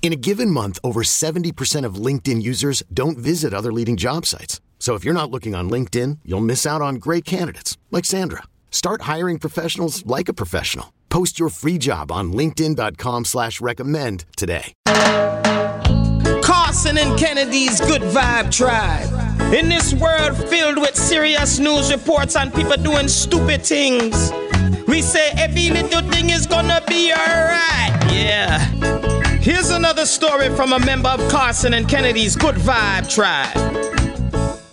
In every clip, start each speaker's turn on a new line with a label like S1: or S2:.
S1: In a given month, over 70% of LinkedIn users don't visit other leading job sites. So if you're not looking on LinkedIn, you'll miss out on great candidates like Sandra. Start hiring professionals like a professional. Post your free job on linkedin.com slash recommend today.
S2: Carson and Kennedy's Good Vibe Tribe. In this world filled with serious news reports and people doing stupid things, we say every little thing is gonna be alright. Yeah. Here's another story from a member of Carson and Kennedy's Good Vibe Tribe.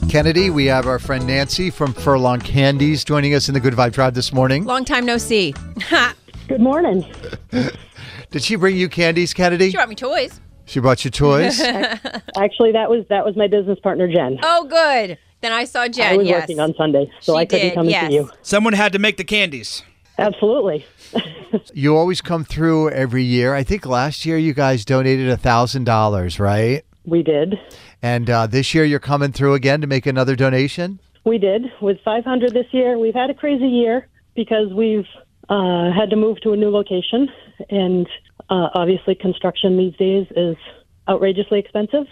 S3: Kennedy. We have our friend Nancy from Furlong Candies joining us in the Good Vibe Tribe this morning.
S4: Long time no see. Ha!
S5: Good morning.
S3: Did she bring you candies, Kennedy?
S4: She brought me toys.
S3: She brought you toys.
S5: Actually, that was that was my business partner Jen.
S4: Oh, good. Then I saw Jen.
S5: I was
S4: yes.
S5: working on Sunday, so
S4: She
S5: I couldn't
S4: did,
S5: come
S4: yes.
S5: and see you.
S6: Someone had to make the candies.
S5: Absolutely.
S3: you always come through every year. I think last year you guys donated a thousand dollars, right?
S5: We did.
S3: And uh, this year you're coming through again to make another donation.
S5: We did. With 500 this year, we've had a crazy year because we've uh, had to move to a new location, and uh, obviously construction these days is outrageously expensive.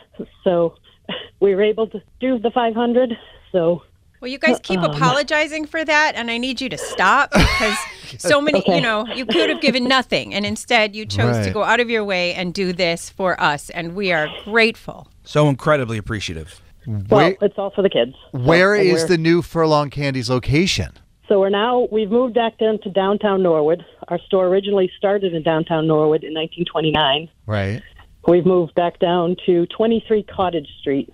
S5: So we were able to do the 500. So
S4: Well, you guys keep apologizing for that, and I need you to stop because so many, you know, you could have given nothing, and instead you chose to
S3: Right.
S4: go out of your way and do this for us, and we are grateful.
S6: So incredibly appreciative.
S5: well,
S3: Wait.
S5: it's all for the kids.
S3: Where
S5: So,
S3: is
S5: we're-
S3: the new Furlong Candies location?
S5: So we're now we've moved back down to downtown Norwood. Our store originally started in downtown Norwood in 1929.
S3: Right.
S5: We've moved back down to 23 Cottage Street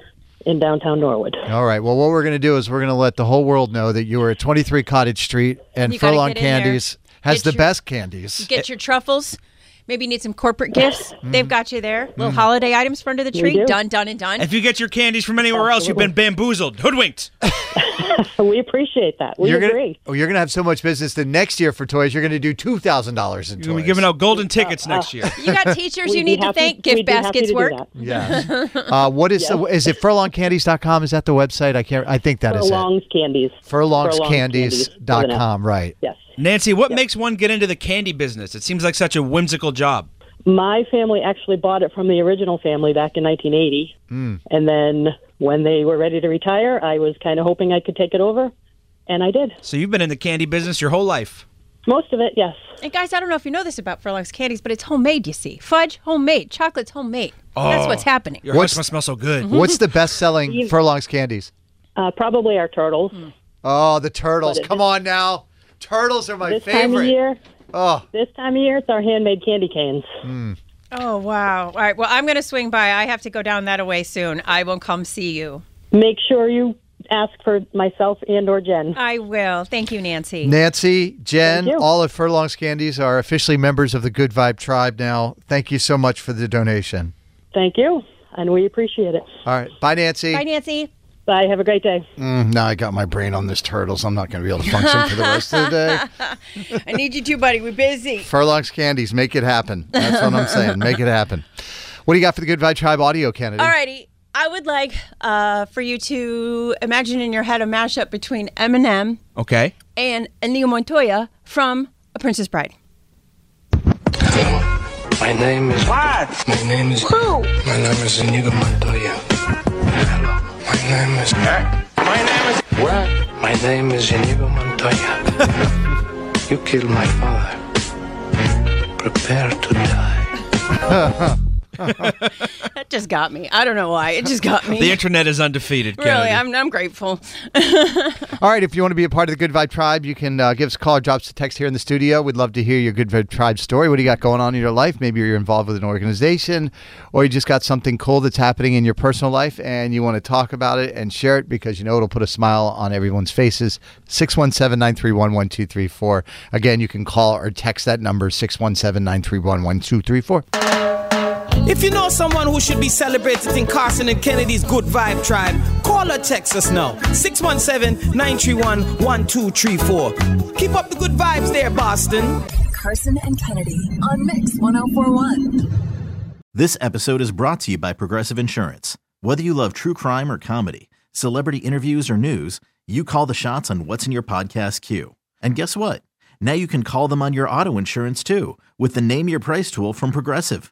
S5: in downtown Norwood.
S3: All right. Well, what we're going to do is we're going to let the whole world know that you were at 23 Cottage Street and
S4: You gotta
S3: Furlong
S4: get in there.
S3: Candies has the
S4: Get your-
S3: best candies.
S4: Get your truffles. Maybe you need some corporate gifts. They've got you there. Little holiday items for under the tree.
S5: do.
S4: Done, done, and done.
S6: If you get your candies from anywhere else, you've been bamboozled, hoodwinked.
S5: So we appreciate that. We
S3: you're gonna,
S5: agree.
S3: oh, you're gonna have so much business that next year for toys, you're gonna do two thousand dollars in
S6: You're gonna
S3: toys.
S6: be giving out golden tickets next year.
S4: You got teachers
S5: We'd
S4: you
S5: be
S4: need to
S5: happy-
S4: thank. Gift
S5: we'd be happy
S4: baskets
S5: to do
S4: work.
S5: that.
S3: yeah. Uh, what is uh, is it furlongcandies.com? Is that the website? I can't. I think that is
S5: Furlong's Candies.
S3: it. Furlongscandies.com. Right.
S5: Yes.
S6: Nancy, what makes one get into the candy business? It seems like such a whimsical job.
S5: My family actually bought it from the original family back in 1980.
S3: Hmm.
S5: And then when they were ready to retire, I was kind of hoping I could take it over, and I did.
S6: So you've been in the candy business your whole life.
S5: Most of it, yes.
S4: And guys, I don't know if you know this about Furlong's candies, but it's homemade, you see. Fudge, homemade. Chocolate's homemade. That's what's
S6: Oh.
S4: Mm-hmm. happening.
S6: Your
S3: What's-
S6: house must smell so good.
S5: Mm-hmm.
S3: What's the best selling Furlong's candies?
S5: Uh, probably our turtles.
S3: Oh, the turtles. Come on now. Turtles are my
S5: This
S3: favorite.
S5: time of year,
S3: Oh,
S5: this time of year, it's our handmade candy canes.
S4: Oh, wow. All right. Well, I'm going to swing by. I have to go down that away soon. I will come see you.
S5: Make sure you ask for myself and or Jen.
S4: I will. Thank you, Nancy.
S3: Nancy, Jen,
S5: Thank you.
S3: all of Furlong's Candies are officially members of the Good Vibe Tribe now. Thank you so much for the donation.
S5: Thank you, and we appreciate it.
S3: All right. Bye, Nancy.
S4: Bye, Nancy.
S5: Bye. Have a great day.
S3: Mm, now I got my brain on this turtles. I'm not going to be able to function for the rest of the day.
S4: I need you too, buddy. We're busy.
S3: Furlong's candies, make it happen. That's what I'm saying. Make it happen. What do you got for the Good Vibe Tribe audio, Kennedy?
S4: All righty. I would like uh, for you to imagine in your head a mashup between Eminem
S6: Okay.
S4: and Ennio Montoya from A Princess Bride.
S7: My name is. What? My name is. Who? My name is Inigo Montoya. Hello. My name is. My name is. What? My name is Inigo Montoya. you killed my father. Prepare to die.
S4: That that just got me. I don't know why. It just got me.
S6: The internet is undefeated.
S4: really,
S6: Kennedy.
S4: I'm, I'm grateful.
S3: All right, if you want to be a part of the Good Vibe Tribe, you can uh, give us a call or drop us a text here in the studio. We'd love to hear your Good Vibe Tribe story. What do you got going on in your life? Maybe you're involved with an organization or you just got something cool that's happening in your personal life and you want to talk about it and share it because you know it'll put a smile on everyone's faces. 617 931 1234. Again, you can call or text that number 617 931 1234.
S2: If you know someone who should be celebrated in Carson and Kennedy's Good Vibe Tribe, call or text us now. 617 931 1234. Keep up the good vibes there, Boston.
S8: Carson and Kennedy on Mix 1041.
S9: This episode is brought to you by Progressive Insurance. Whether you love true crime or comedy, celebrity interviews or news, you call the shots on what's in your podcast queue. And guess what? Now you can call them on your auto insurance too with the Name Your Price tool from Progressive.